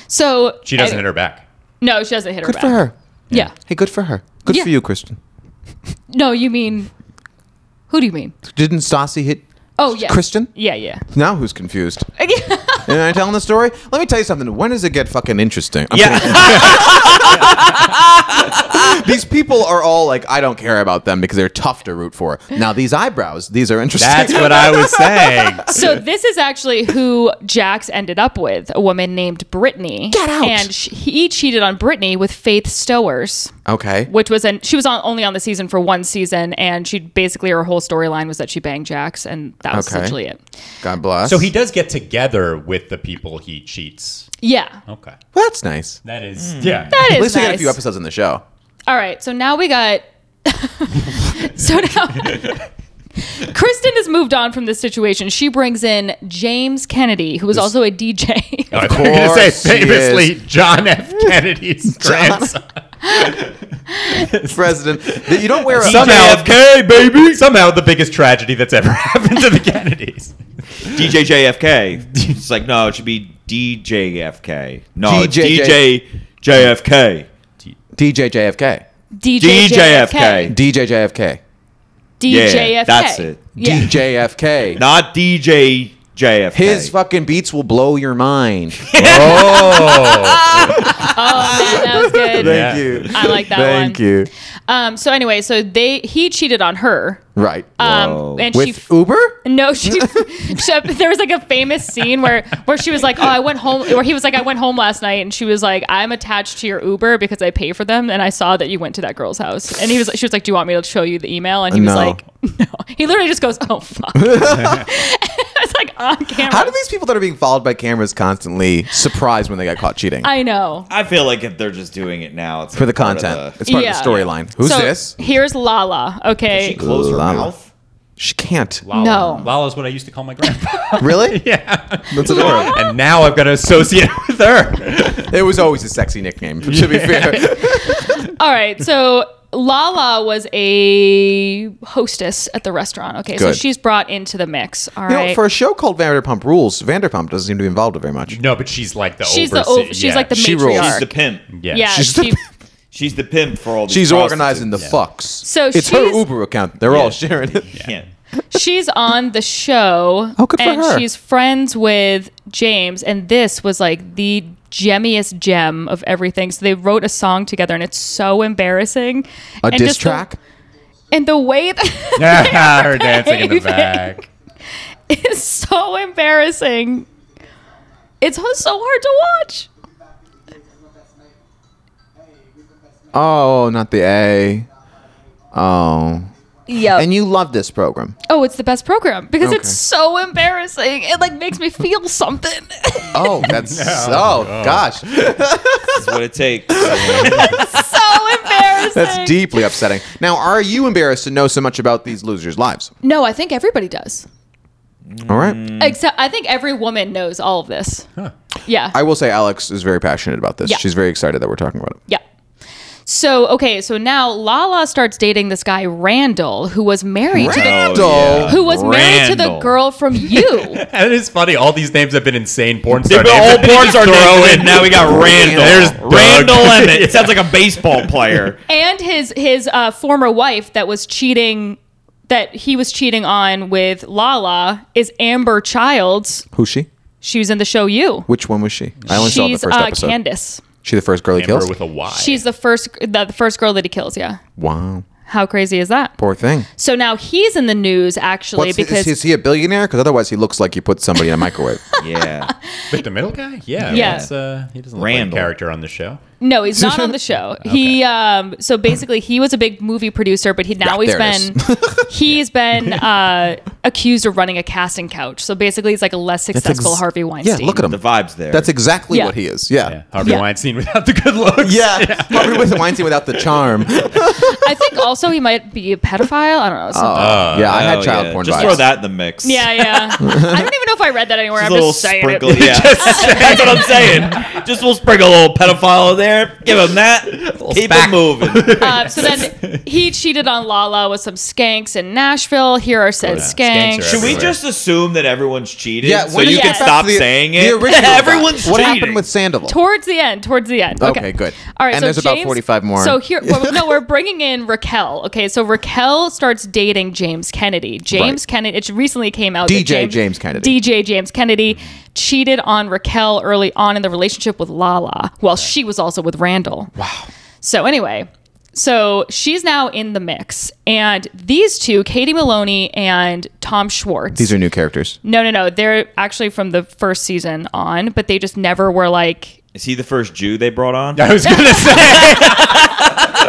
C: So
B: she doesn't hit her back.
C: No, she doesn't hit her.
A: Good
C: back.
A: for her.
C: Yeah.
A: Hey, good for her. Good
C: Yeah.
A: for you, Kristen.
C: No, you mean who do you mean?
A: Didn't Stassi hit
C: Oh yeah.
A: Kristen?
C: Yeah, yeah.
A: Now who's confused? And I'm telling the story. Let me tell you something. When does it get fucking interesting? I'm kidding.
F: yeah.
A: these people are all like, I don't care about them because they're tough to root for. Now these eyebrows, these are interesting.
B: That's what I was saying.
C: So this is actually who Jax ended up with, a woman named Brittany. Get
A: out.
C: And she, he cheated on Brittany with Faith Stowers,
A: okay.
C: which was an she was on only on the season for one season, and she basically her whole storyline was that she banged Jax, and that was
A: Okay.
C: essentially it.
A: God bless.
B: So he does get together with the people he cheats.
C: Yeah,
B: Okay.
A: Well, that's nice.
B: That is, yeah.
C: that is
A: At least
C: nice.
A: we got a few episodes in the show.
C: All right, so now we got. so now. Kristen has moved on from this situation. She brings in James Kennedy, who is also a DJ.
B: Of course. You're gonna
A: course
B: say
A: he
B: famously John F. Kennedy's grandson.
A: President, that you don't wear a
B: Somehow, JFK, baby. Somehow, the biggest tragedy that's ever happened to the Kennedys.
F: DJ JFK. It's like, no, it should be DJFK. No,
A: DJ.
F: DJ JFK.
A: DJ JFK.
C: DJ
F: DJFK.
A: DJ JFK.
C: DJFK.
F: Yeah, that's it.
C: Yeah.
A: DJ JFK.
F: Not DJ JFK.
A: His fucking beats will blow your mind.
B: Oh.
C: Oh man, that was good.
B: Yeah.
A: you.
C: I like that
A: Thank
C: one.
A: you.
C: Um, so anyway, so they he cheated on her.
A: Right.
F: Whoa.
C: Um, and she
A: With Uber?
C: no she, she- there was like a famous scene where where she was like oh I went home or he was like I went home last night and she was like I'm attached to your Uber because I pay for them and I saw that you went to that girl's house and he was she was like do you want me to show you the email and he was
A: No.
C: like no he literally just goes oh fuck it's like on camera
A: How do these people that are being followed by cameras constantly surprised when they got caught cheating?
C: I know
F: I feel like if they're just doing it now, it's
A: for the
F: part of
A: content.
F: the-
A: It's part of the storyline. Who's
C: So,
A: this?
C: Here's Lala.
F: she
C: Okay.
F: closed her
A: Lala.
F: mouth.
A: She can't.
B: Lala.
C: No.
B: Lala's what I used to call my grandpa.
A: Really?
B: yeah.
A: That's adorable.
B: And now I've got to associate it with her.
A: It was always a sexy nickname, to be fair.
C: All right. So Lala was a hostess at the restaurant. Okay. So
A: Good.
C: she's brought into the mix. All right.
A: You know, for a show called Vanderpump Rules, Vanderpump doesn't seem to be involved very much.
B: No, but she's like the
C: she's the
B: oversee-
C: ov- she's
B: yeah.
C: like the
A: She rules.
C: matriarch.
F: She's the pimp.
B: yeah.
C: yeah.
A: She's the-
C: she,
F: She's the pimp for all these
A: She's
F: prostitutes.
A: organizing the fucks.
C: So
A: it's her
C: she's-
A: Uber account. They're all sharing it.
F: Yeah.
C: she's on the show.
A: Oh, good for
C: and
A: her.
C: she's friends with James. And this was like the gemmiest gem of everything. So they wrote a song together, and it's so embarrassing.
A: A
C: and
A: diss
C: just the-
A: track.
C: and the way that.
B: her dancing in the back.
C: It's so embarrassing. It's h- so hard to watch.
A: Oh, not the A. Oh.
C: Yeah.
A: And you love this program.
C: oh, it's the best program because
A: Okay.
C: it's so embarrassing. It like makes me feel something.
A: Oh, that's oh gosh,
F: That's what it takes.
C: it's so embarrassing.
A: that's deeply upsetting. Now, are you embarrassed to know so much about these losers' lives?
C: No, I think everybody does.
A: All right.
F: Mm.
C: Except I think every woman knows all of this. Yeah.
A: I will say Alex is very passionate about this.
C: Yeah.
A: She's very excited that we're talking about it.
C: yeah. So, okay, so now Lala starts dating this guy Randall who was married to
A: Randall,
F: Oh, yeah.
C: the who was married to the
F: Randall.
C: girl from you.
B: And it's funny, all these names have been insane porn
F: Dude,
B: star
F: but all
B: names.
F: porns are naked. Now we got Randall.
B: There's
F: Randall
B: Doug.
F: Emmett. It sounds like a baseball player.
C: and his his uh, former wife that was cheating that he was cheating on with Lala is Amber Childs.
A: Who's she?
C: She was in the show You.
A: Which one was she? I only saw the
C: She's
A: first
C: uh,
A: episode.
C: Candace.
A: She the first girl he
B: Amber
A: kills.
B: with a Y.
C: She's the first the, the first girl that he kills. Yeah.
A: wow,
C: How crazy is that?
A: poor thing.
C: So now he's in the news actually
A: What's his-
C: because
A: is he a billionaire? Because otherwise, he looks like you put somebody in a microwave.
F: Yeah.
B: Wait, the middle guy? Yeah.
C: Yeah.
B: that's, uh, he doesn't look like a
F: Randall.
B: character on the show.
C: no, he's not on the show. He um so basically he was a big movie producer, but he now
A: Yeah, there
C: he's
A: it
C: been he's been uh accused of running a casting couch. So basically he's like a less successful
A: ex-
C: Harvey
A: yeah,
C: Weinstein.
A: look at him.
F: The vibe's there.
A: That's exactly
C: Yeah.
A: what he is. Yeah.
B: Yeah. Harvey
C: Yeah.
B: Weinstein without the good looks.
A: Yeah, Harvey with Weinstein without the charm.
C: I think also he might be a pedophile. I don't know. Something.
A: yeah, I had
F: Oh,
A: child
F: yeah.
A: porn
F: Just
A: vibes.
F: throw that in the mix.
C: yeah, yeah. I don't even know if I read that anywhere.
F: Just
C: I'm
F: a little
C: just saying
F: sprinkle.
C: it.
F: Yeah. That's what I'm saying. Just we'll sprinkle a little pedophile in there. Give him that. Keep
B: spack.
F: it moving.
C: Uh, so then he cheated on Lala with some skanks in Nashville. Here are said
B: yeah.
C: skanks.
B: Skanks are
F: Should we
B: Everywhere.
F: just assume that everyone's cheated?
A: Yeah,
F: so
A: when did
F: you
C: it
F: can
C: get back
F: stop
A: to the-
F: saying
A: the
F: it.
A: original guy?
F: Everyone's
A: What
F: cheating.
A: happened with Sandoval?
C: Towards the end, towards the end. Okay,
A: Okay, good.
C: All right,
A: And
C: so
A: there's about
C: James-
A: 45 more.
C: So here, well, no, we're bringing in Raquel. Okay, so Raquel starts dating James Kennedy. James
A: Right.
C: Kennedy. It recently came out. that
A: DJ James Kennedy.
C: DJ James Kennedy cheated on Raquel early on in the relationship with Lala while she was also with Randall. Wow. So, anyway, so she's now in the mix. And these two, Katie Maloney and Tom Schwartz.
A: These are new characters.
C: no, no, no. They're actually from the first season on, but they just never were like
F: Is he the first Jew they brought on?
B: I was gonna say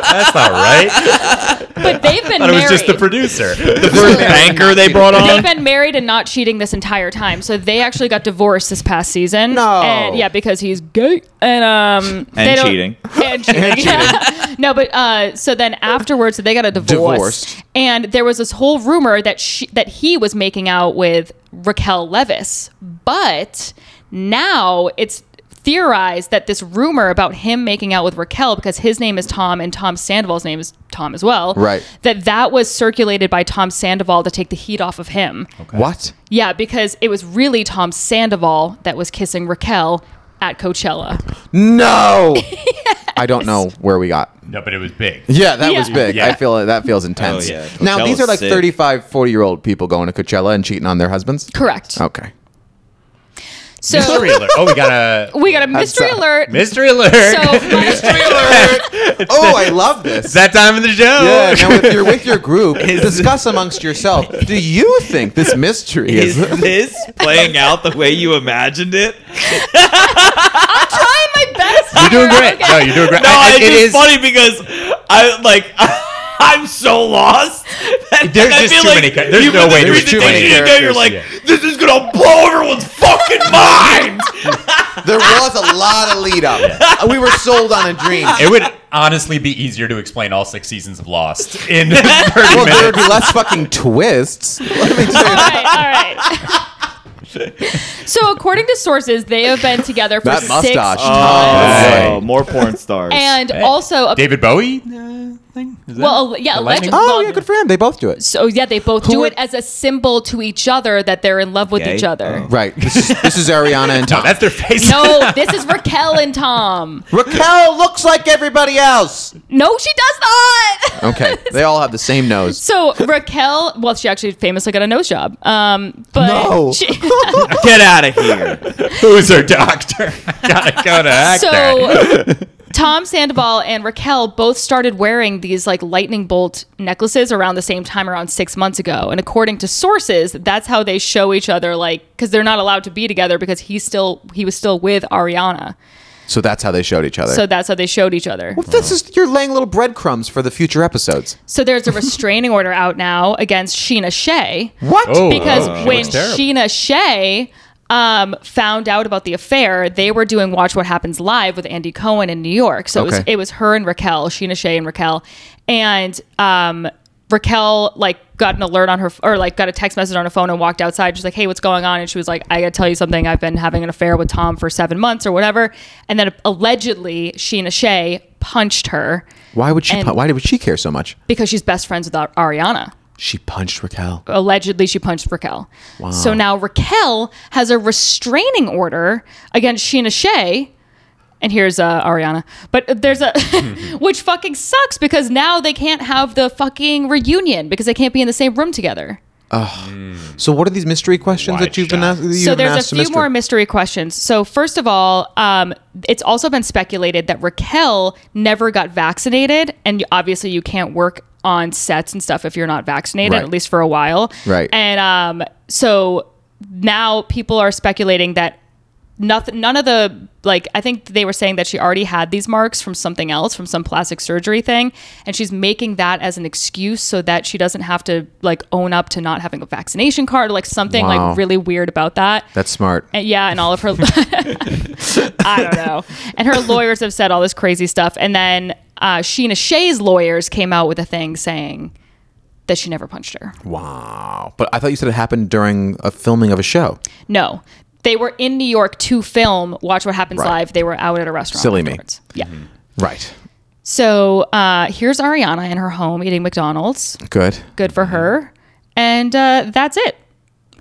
B: that's not right. I
C: but they've been
B: thought it
C: married.
B: was just the producer.
F: The first banker they brought
C: They've
F: on?
C: been married and not cheating this entire time. So they actually got divorced this past season.
A: No.
C: And yeah, because he's gay. And um they don't-
F: cheating.
C: And cheating. no, but uh so then afterwards they got a divorce.
A: Divorced.
C: And there was this whole rumor that she, that he was making out with Raquel Levis. But now it's theorized that this rumor about him making out with Raquel because his name is Tom and Tom Sandoval's name is Tom as well.
A: Right.
C: That that was circulated by Tom Sandoval to take the heat off of him.
A: What?
C: Yeah, because it was really Tom Sandoval that was kissing Raquel at Coachella.
A: No. I don't know where we got.
B: No, but it was big.
A: Yeah, that
C: Yeah.
A: was big.
B: Yeah.
A: I feel that feels intense.
F: Oh, yeah.
A: Now these
F: Coachella's
A: are like
F: sick.
A: 35, 40 year old people going to Coachella and cheating on their husbands.
C: Correct.
A: Okay.
C: So
B: Mystery alert. Oh, we got a
C: we got a mystery
A: sorry.
C: alert.
B: mystery alert.
C: so my,
A: oh, I love this.
B: it's that time of the show.
A: yeah, now if you're with your group, discuss amongst yourself. Do you think this mystery
F: Is
A: is
F: this playing out the way you imagined it?
C: I'm trying my best.
B: You're doing
C: here,
B: great.
C: okay?
B: No, you're doing great.
F: No,
B: I- I-
F: it's
B: it
F: just
B: is-
F: funny because I like I'm so lost. that-
B: There's
F: like, I
B: just
F: feel
B: too many char- there's
F: you
B: no
F: put
B: way
F: the
B: there's
F: three
B: too many
F: things you didn't know, You're like,
B: characters, Oh,
F: this is gonna blow everyone's fucking mind.
A: There was a lot of lead up. We were sold on a dream.
B: It would honestly be easier to explain all six seasons of Lost in 30
A: Well, there would
B: minutes.
A: be less fucking twists. Let me tell
C: All
A: you.
C: right, all right. so according to sources, they have been together for
A: That
C: six
A: mustache.
C: months.
B: Oh,
F: Oh, more porn stars.
C: And also,
B: David Bowie uh, thing? Is that-
C: well, yeah,
B: The
C: alleged-
B: lightning?
A: Oh
C: well,
A: yeah, good for him. They both do it.
C: So yeah, they both
A: Who
C: do
A: are-
C: it as a symbol to each other that they're in love with
F: Gay?
C: each other.
A: Right. This is, this is Ariana and
B: No,
A: Tom.
B: that's their face.
C: No, this is Raquel and Tom.
A: Raquel looks like everybody else.
C: No, she does not.
A: Okay, they all have the same nose.
C: So Raquel, well, she actually famously got a nose job. Um, but
A: No.
C: she,
F: Get out of here.
B: Who's her doctor? Gotta go to act
C: so Tom Sandoval and Raquel both started wearing these like lightning bolt necklaces around the same time, around six months ago. And according to sources, that's how they show each other, like because they're not allowed to be together because he's still he was still with Ariana.
A: So that's how they showed each other.
C: So that's how they showed each other.
A: well, this is you're laying little breadcrumbs for the future episodes.
C: So there's a restraining order out now against Sheena Shea
A: What?
B: Oh.
C: because
B: wow. She
C: when
B: looks terrible.
C: Sheena Shea um, found out about the affair, they were doing Watch What Happens Live with Andy Cohen in New York. So it, was,
A: Okay.
C: it was her and Raquel, Sheena Shea and Raquel, and um, Raquel like got an alert on her or like got a text message on her phone and walked outside. She's like, "Hey, what's going on?" And she was like, "I gotta tell you something. I've been having an affair with Tom for seven months or whatever." And then allegedly, Sheena Shea punched her
A: Why would she?
C: And-
A: pu- why would she care so much?
C: because she's best friends with Ar- Ariana
A: She punched Raquel.
C: allegedly she punched Raquel. So now Raquel has a restraining order against Sheena Shea. And here's uh, Ariana. But there's a, which fucking sucks because now they can't have the fucking reunion because they can't be in the same room together.
A: So what are these mystery questions
B: Why
A: that you've been
B: shot?
A: asked? that You've
C: so
A: been
C: there's
A: asked
C: a
A: to
C: few
A: mystery-
C: more mystery questions. So first of all, um, it's also been speculated that Raquel never got vaccinated, and obviously you can't work on sets and stuff if you're not vaccinated,
A: Right.
C: at least for a while.
A: Right.
C: And um, so now people are speculating that nothing, none of the like, I think they were saying that she already had these marks from something else, from some plastic surgery thing, and she's making that as an excuse so that she doesn't have to like own up to not having a vaccination card or like something
A: Wow.
C: like really weird about that.
A: That's smart.
C: And yeah, and all of her. I don't know. And her lawyers have said all this crazy stuff. And then uh, Sheena Shea's lawyers came out with a thing saying that she never punched her.
A: Wow. But I thought you said it happened during a filming of a show.
C: No. They were in New York to film Watch What Happens
A: Right.
C: Live. They were out at a restaurant.
A: Silly me. Mm-hmm.
C: afterwards. Yeah.
A: Right.
C: So uh, here's Ariana in her home eating McDonald's.
A: Good.
C: Good for her. And uh, that's it.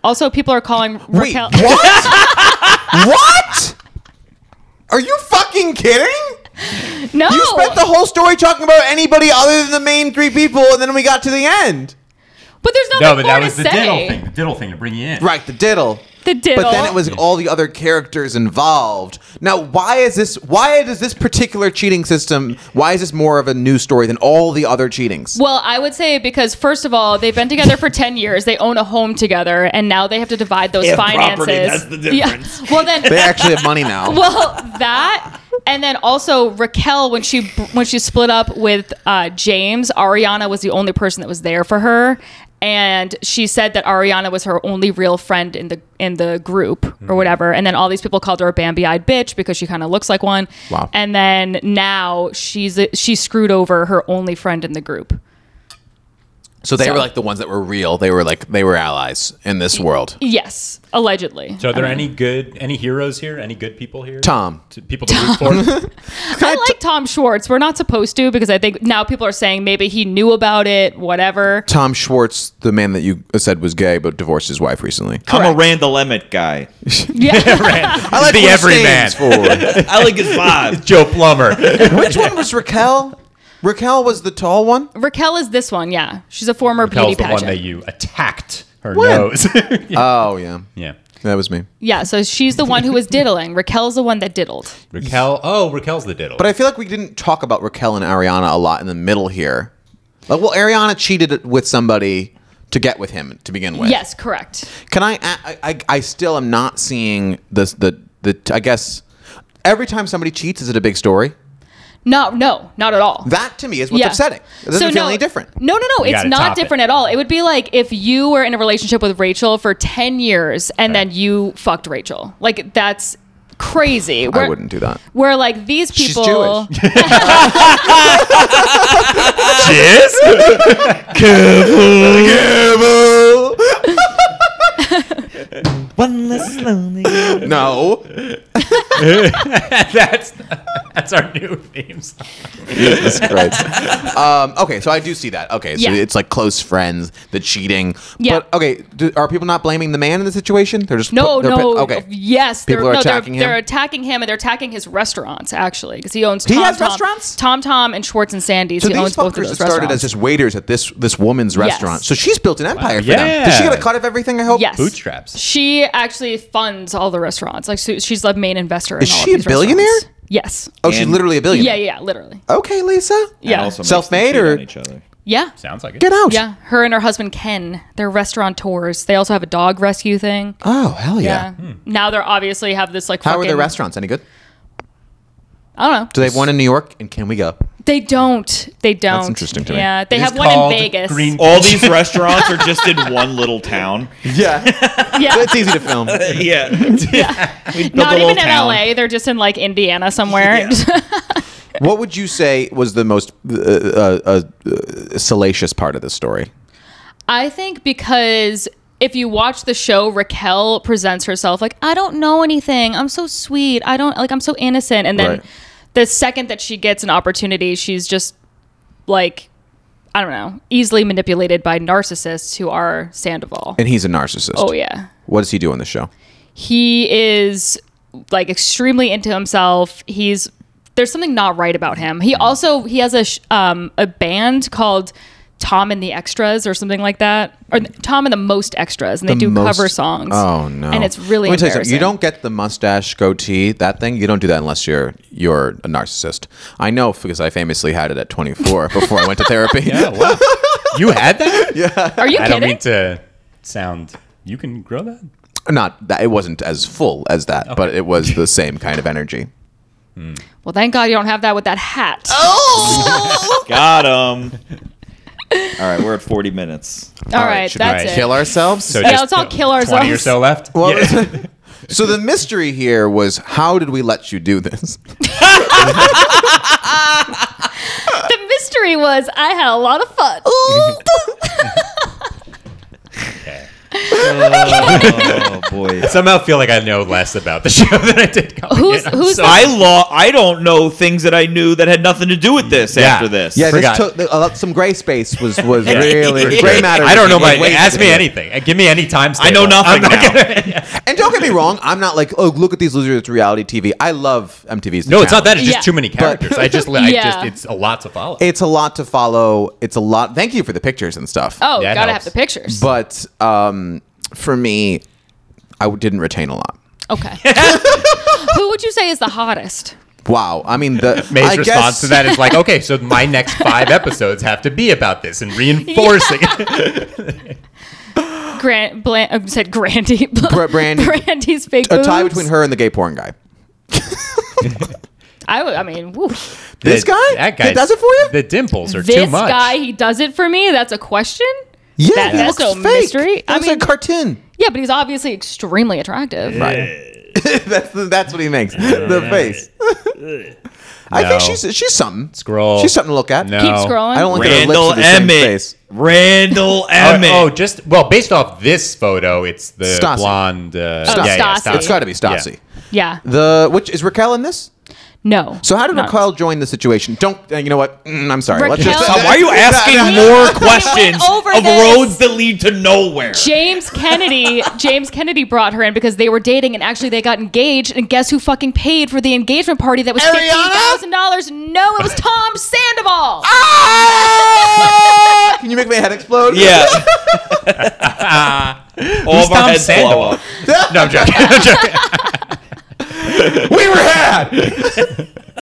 C: Also, people are calling
A: Wait,
C: Raquel.
A: what? what? Are you fucking kidding?
C: No.
A: You spent the whole story talking about anybody other than the main three people, and then we got to the end.
C: but there's nothing
B: No, but
C: more
B: that
C: to
B: was the
C: say.
B: diddle thing. The diddle thing to bring you in.
A: Right, the diddle.
C: the diddle.
A: But then it was all the other characters involved. Now, why is this? Why does this particular cheating system? Why is this more of a news story than all the other cheatings?
C: Well, I would say because first of all, they've been together for ten years. They own a home together, and now they have to divide those finances.
F: that's the difference.
C: Yeah. Well, then
A: They actually have money now.
C: well that and then also Raquel when she when she split up with uh, James, Ariana was the only person that was there for her, and she said that Ariana was her only real friend in the in the group
F: Mm-hmm.
C: or whatever. And then all these people called her a Bambi-eyed bitch because she kind of looks like one.
A: Wow.
C: And then now she's she screwed over her only friend in the group.
A: so they
C: so-
A: were like the ones that were real. They were like they were allies in this world.
C: Yes, allegedly.
B: So, are there any good, any heroes here? Any good people here?
A: Tom.
B: To- people to root for?
C: I like Tom Schwartz. We're not supposed to because I think now people are saying maybe he knew about it, whatever.
A: Tom Schwartz, the man that you said was gay but divorced his wife recently.
F: I'm a Randall Emmett guy.
C: Yeah.
A: I like
B: The
A: what it
B: everyman.
A: stands for.
F: I like his vibe.
B: Joe Plumber.
A: Which one was Raquel? Raquel was the tall one.
C: Raquel is this one, yeah. She's a former
B: Tell's the
C: beauty
B: one
C: pageant. Uh,
B: that you attacked her
A: When?
B: nose. yeah.
A: Oh yeah,
B: yeah.
A: that was me.
C: yeah, so she's the one who was diddling. Raquel's the one that diddled.
B: Raquel. Oh, Raquel's the diddle.
A: But I feel like we didn't talk about Raquel and Ariana a lot in the middle here. Like, well, Ariana cheated with somebody to get with him to begin with.
C: Yes, correct.
A: Can I? I, I, I still am not seeing this. The the I guess every time somebody cheats, is it a big story?
C: No, no, not at all.
A: That to me is what's
C: Yeah.
A: upsetting. It doesn't
C: So
A: feel
C: no-
A: any different.
C: No, no, no. It's
B: gotta
C: not
B: top it.
C: different at all. It would be like if you were in a relationship with Rachel for 10 years and then you fucked Rachel. Like, that's crazy.
A: I wouldn't do that.
C: Where, like, these people.
A: Jewish.
F: One less lonely. girl.
A: No.
B: that's that's our new theme song.
A: Jesus Christ. Um, okay, so I do see that. Okay, so
C: Yeah.
A: it's like close friends, the cheating.
C: Yeah.
A: But okay, do, are people not blaming the man in the situation? They're just
C: No,
A: they're-
C: no.
A: Okay.
C: Yes,
A: People
C: they're,
A: are
C: no, they're-
A: attacking him?
C: they're, attacking him, and they're attacking his restaurants actually because he owns.
A: He
C: Tom
A: has
C: Tom,
A: restaurants?
C: Tom Tom and Schwartz and Sandy's.
A: So
C: he
A: these
C: owns both of
A: fuckers
C: those
A: started as
C: restaurants.
A: just waiters at this this woman's restaurant. So she's built an empire for them.
B: Yeah.
A: Does she get a cut of everything? I hope.
C: yes,
B: Bootstraps.
C: She actually funds all the restaurants. Like so she's the main investor. In
A: Is
C: all of
A: she a
C: these
A: billionaire?
C: restaurants. Yes.
A: Oh, she's
F: And-
A: literally a
C: Yeah, yeah,
A: billionaire.
C: yeah, literally.
A: Okay, Lisa.
C: Yeah.
F: And also makes
A: Self-made
F: them cheat
A: or-
F: on each other.
C: Yeah.
B: Sounds like it.
A: Get out.
C: Yeah, her and her husband Ken, they're restaurateurs. They also have a dog rescue thing.
A: Oh hell yeah.
C: Yeah. Now they're obviously have this like.
A: How are
C: fucking,
A: their restaurants? Any good?
C: I don't know.
A: Do they have one in New York? And can we go?
C: They don't. They don't.
A: interesting to me.
C: Yeah, they
B: It
C: have
B: is
C: one in
B: called
C: Vegas. Oh.
B: Green-
F: All these restaurants are just in one little town.
A: Yeah,
C: Yeah.
A: it's easy to film.
F: Yeah. We built a
C: Not
F: little
C: even
F: town.
C: in LA. They're just in like Indiana somewhere.
A: What would you say was the most uh, uh, uh, uh, salacious part of this story?
C: I think because if you watch the show, Raquel presents herself like, I don't know anything. I'm so sweet. I don't like, I'm so innocent. And then
A: Right.
C: the second that she gets an opportunity, she's just like, I don't know, easily manipulated by narcissists who are Sandoval.
A: And he's a narcissist.
C: oh, yeah.
A: What does he do on the show?
C: he is like extremely into himself he's there's something not right about him he also he has a sh- um a band called tom and the extras or something like that or tom and the most extras and they do
A: most-
C: cover songs
A: Oh no!
C: and it's really
A: Let me tell you something.
C: embarrassing.
A: You don't get the mustache goatee that thing. You don't do that unless you're you're a narcissist. I know because I famously had it at 24 before I went to therapy.
B: Yeah, wow. You had that?
C: are you
B: I
C: kidding
B: don't mean to sound. You can grow that.
A: Not that it wasn't as full as that, but it was the same kind of energy.
C: well thank god you don't have that with that hat
F: Got him. All right, we're at 40 minutes.
C: all right,
A: should
C: that's
B: we
C: it
A: Kill ourselves.
C: Yeah, let's all kill
B: Twenty or
C: ourselves.
B: so left.
A: What
B: Yeah.
A: was it? So the mystery here was how did we let you do this?
C: the mystery was i had a lot of fun Oh,
B: Okay.
F: Oh, boy.
B: Somehow feel like I know less about the show than I did. coming
C: Who's-
B: in. I'm
C: who's-
B: so-
F: I law. I don't know things that I knew that had nothing to do with this. After this,
A: Yeah,
B: Forgot.
A: this took, uh, some gray space was was
B: Yeah. For
A: really
B: sure.
A: gray matter.
B: I don't know my.
A: was wasted
B: Ask me
A: here.
B: anything. Uh, Give me any time.
F: I know nothing now.
A: And don't get me wrong, I'm not like oh look at these losers it's reality TV. I love MTV's.
B: No, it's not that. It's
C: Yeah.
B: just too many characters. I just, I
C: Yeah.
B: just, it's a lot to follow.
A: It's a lot to follow. It's a lot. Thank you for the pictures and stuff.
C: oh
B: Yeah, it
C: gotta
B: helps.
C: have the pictures
A: But um, for me, I didn't retain a lot.
C: Okay. Who would you say is the hottest?
A: Wow. I mean, the
B: May's
A: I
B: response
A: guess-
B: to that is like, okay, so my next five episodes have to be about this and reinforcing.
C: Grant Blan- uh, said Grandy.
A: Bra- Brandy.
C: Brandy's big
A: a tie
C: boobs.
A: between her and the gay porn guy.
C: I, would- I mean, woo.
A: This guy?
B: The- that
A: That
B: guy
A: does it for you?
B: The dimples are
C: this
B: too much.
C: guy he does it for me. That's a question.
A: yeah,
C: that-
A: he
C: that's
A: looks
C: a
A: fake.
C: mystery. I
A: That's
C: mean-
A: a cartoon.
C: Yeah, but he's obviously extremely attractive.
A: Right. that's the, that's what he makes. the face. I think
B: No.
A: she's she's something.
B: Scroll.
A: She's something to look at.
B: No.
C: Keep scrolling.
A: I don't look at her lips
F: Randall
A: with the same
F: Emmett.
A: face.
F: Randall
B: Oh,
F: Emmett.
B: oh, just well, based off this photo, it's the
A: Stassi.
B: blonde. Uh,
C: Oh,
B: yeah, yeah,
C: Stassi.
A: It's got to be Stassi.
B: Yeah.
C: Yeah.
A: The which is Raquel in this?
C: No.
A: So how did
C: Not-
A: Raquel join the situation? Don't uh, you know what? Mm, I'm sorry. Let's
C: Raquel-
A: just,
F: Tom, why are you asking
C: We-
F: more
C: we
F: questions
C: went over
F: of
C: this.
F: roads that lead to nowhere?
C: James Kennedy, James Kennedy brought her in because they were dating and actually they got engaged and guess who fucking paid for the engagement party that was fifteen thousand dollars? No, it was Tom Sandoval.
A: Can you make my head explode?
F: Yeah. All of
B: Who's Tom
F: our heads blow
B: Sandoval?
F: up.
B: No, I'm joking. I'm joking.
A: we were had.